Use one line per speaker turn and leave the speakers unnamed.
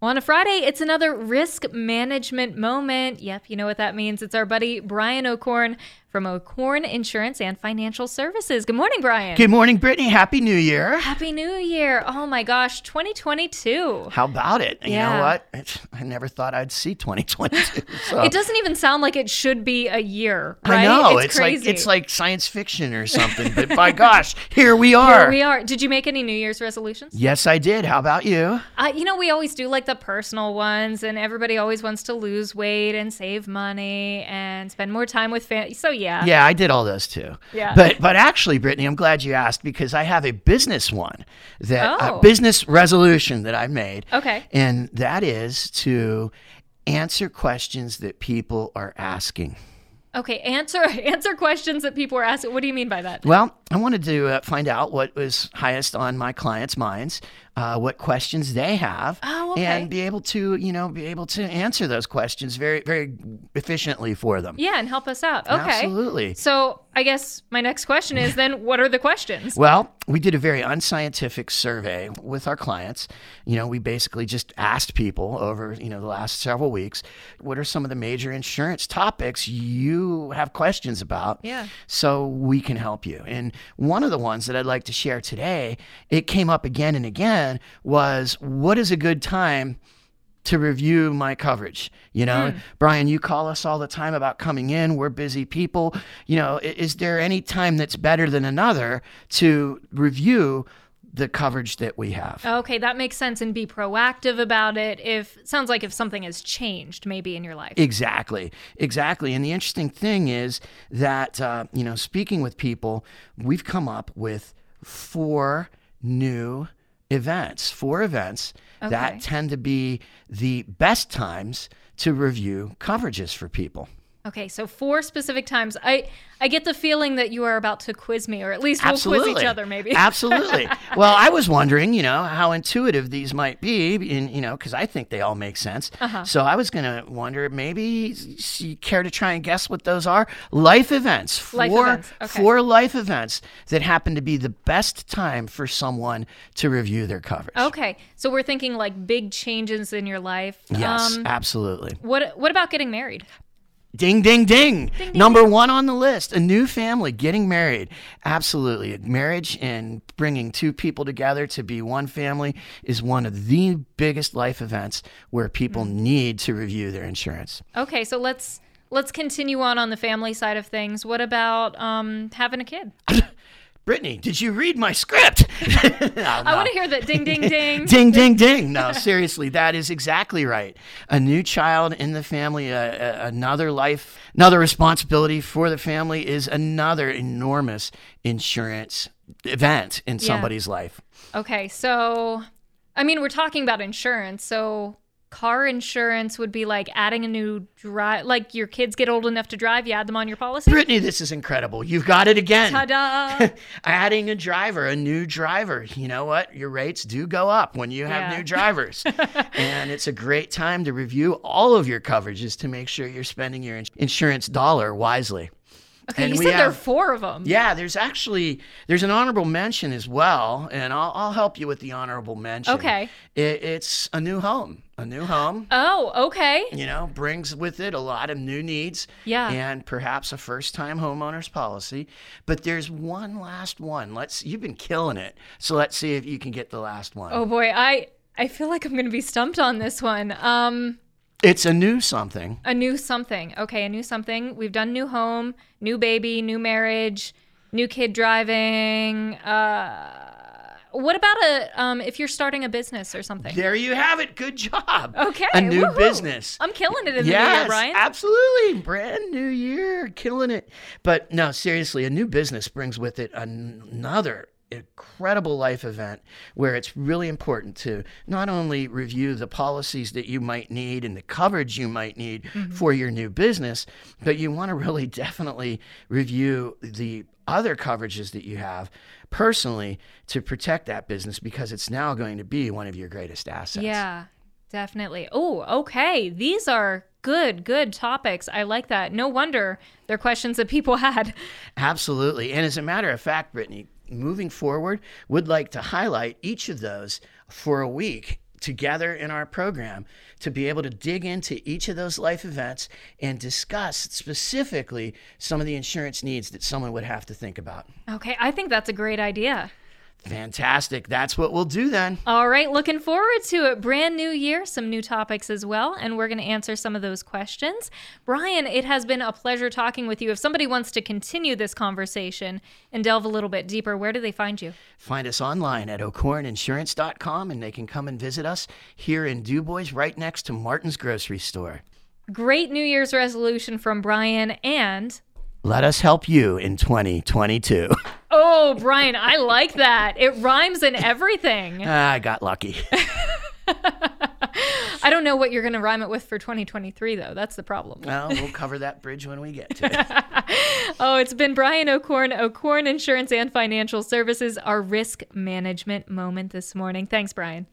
Well, on a Friday, it's another risk management moment. Yep, you know what that means. It's our buddy Brian O'Corn from O'Corn Insurance and Financial Services. Good morning, Brian.
Good morning, Brittany. Happy New Year.
Happy New Year. Oh my gosh, 2022.
How about it? You
Yeah.
know what? It's, I never thought I'd see 2022. So.
It doesn't even sound like it should be a year, right?
I know it's, like it's like science fiction or something, but by gosh, here we are.
Here we are. Did you make any New Year's resolutions?
Yes, I did. How about you?
Uh, you know, we always do like the personal ones, and everybody always wants to lose weight and save money and spend more time with family. So, yeah.
Yeah, I did all those too.
Yeah.
But but actually, Brittany, I'm glad you asked because I have a business one that
Oh.
a business resolution that I made.
Okay.
And that is to answer questions that people are asking.
Okay. Answer answer questions that people are asking. What do you mean by that?
Well, I wanted to uh, find out what was highest on my clients' minds, uh, what questions they have,
Oh, okay.
and be able to, you know, be able to answer those questions very, very efficiently for them.
Yeah, and help us out. Okay.
Absolutely.
So, I guess my next question is then, what are the questions?
Well, we did a very unscientific survey with our clients. You know, we basically just asked people over, you know, the last several weeks, what are some of the major insurance topics you have questions about?
Yeah.
So we can help you. And one of the ones that I'd like to share today, it came up again and again, was what is a good time to review my coverage. You know, Brian, you call us all the time about coming in. We're busy people. You know, i- is there any time that's better than another to review the coverage that we have?
Okay, that makes sense and be proactive about it. If sounds like if something has changed maybe in your life.
Exactly, exactly. And the interesting thing is that, uh, you know, speaking with people, we've come up with four new events, four events
Okay.
that tend to be the best times to review coverages for people.
Okay, so four specific times. I I get the feeling that you are about to quiz me or at least we'll quiz each other maybe.
Absolutely. Well, I was wondering, you know, how intuitive these might be, in, you know, because I think they all make sense.
Uh-huh.
So I was going to wonder maybe s- you care to try and guess what those are? Life events. Four,
Life events, okay.
Four life events that happen to be the best time for someone to review their coverage.
Okay, so we're thinking like big changes in your life. Um,
Yes, absolutely.
what what about getting married?
Ding, ding, ding. Number one on the list. A new family getting married. Absolutely. Marriage and bringing two people together to be one family is one of the biggest life events where people need to review their insurance.
Okay, so let's let's continue on on the family side of things. What about um having a kid?
Brittany, did you read my script? No,
I
no.
want to hear that ding ding ding.
Ding, ding, ding. No, seriously, that is exactly right. A new child in the family, a, a, another life, another responsibility for the family is another enormous insurance event in
Yeah.
somebody's life.
Okay, so I mean, we're talking about insurance, so car insurance would be like adding a new drive, like your kids get old enough to drive, you add them on your policy.
Brittany, this is incredible. You've got it again.
Ta-da!
Adding a driver, a new driver. You know what? Your rates do go up when you have
Yeah.
new drivers. and it's a great time to review all of your coverages to make sure you're spending your ins- insurance dollar wisely.
Okay,
And
you
we
said there are
have-
four of them.
Yeah, there's actually there's an honorable mention as well, and I'll, I'll help you with the honorable mention.
Okay.
It, it's a new home. A new home,
Oh, okay.
you know, brings with it a lot of new needs.
Yeah.
And perhaps a first-time homeowner's policy. But there's one last one. Let's you've been killing it, so let's see if you can get the last one.
Oh boy, I I feel like I'm gonna be stumped on this one. Um,
It's a new something.
a new something. Okay, a new something. We've done new home, new baby, new marriage, new kid driving. Uh, what about a um if you're starting a business or something?
There you have it. Good job.
Okay.
A new
woohoo.
business.
I'm killing it in the
Yes,
year, Ryan.
absolutely. Brand new year, killing it. But no, seriously, a new business brings with it an- another incredible life event where it's really important to not only review the policies that you might need and the coverage you might need
Mm-hmm.
for your new business, but you want to really definitely review the other coverages that you have personally to protect that business because it's now going to be one of your greatest assets.
yeah, definitely. Oh, okay. These are good, good topics. I like that. No wonder they're questions that people had.
Absolutely. And as a matter of fact, Brittany, moving forward, would like to highlight each of those for a week together in our program to be able to dig into each of those life events and discuss specifically some of the insurance needs that someone would have to think about.
Okay, I think that's a great idea.
Fantastic. That's what we'll do then.
All right, looking forward to it. Brand new year, some new topics as well, and we're going to answer some of those questions. Brian, it has been a pleasure talking with you. If somebody wants to continue this conversation and delve a little bit deeper, where do they find you?
Find us online at ocorninsurance.com and they can come and visit us here in Dubois right next to Martin's grocery store.
Great New Year's resolution from Brian and
Let us help you in 2022.
Oh, Brian, I like that. It rhymes and everything.
Ah, I got lucky.
I don't know what you're going to rhyme it with for 2023 though. That's the problem.
well, we'll cover that bridge when we get to it.
Oh, it's been Brian O'Corn, O'Corn Insurance and Financial Services, our risk management moment this morning. Thanks, Brian.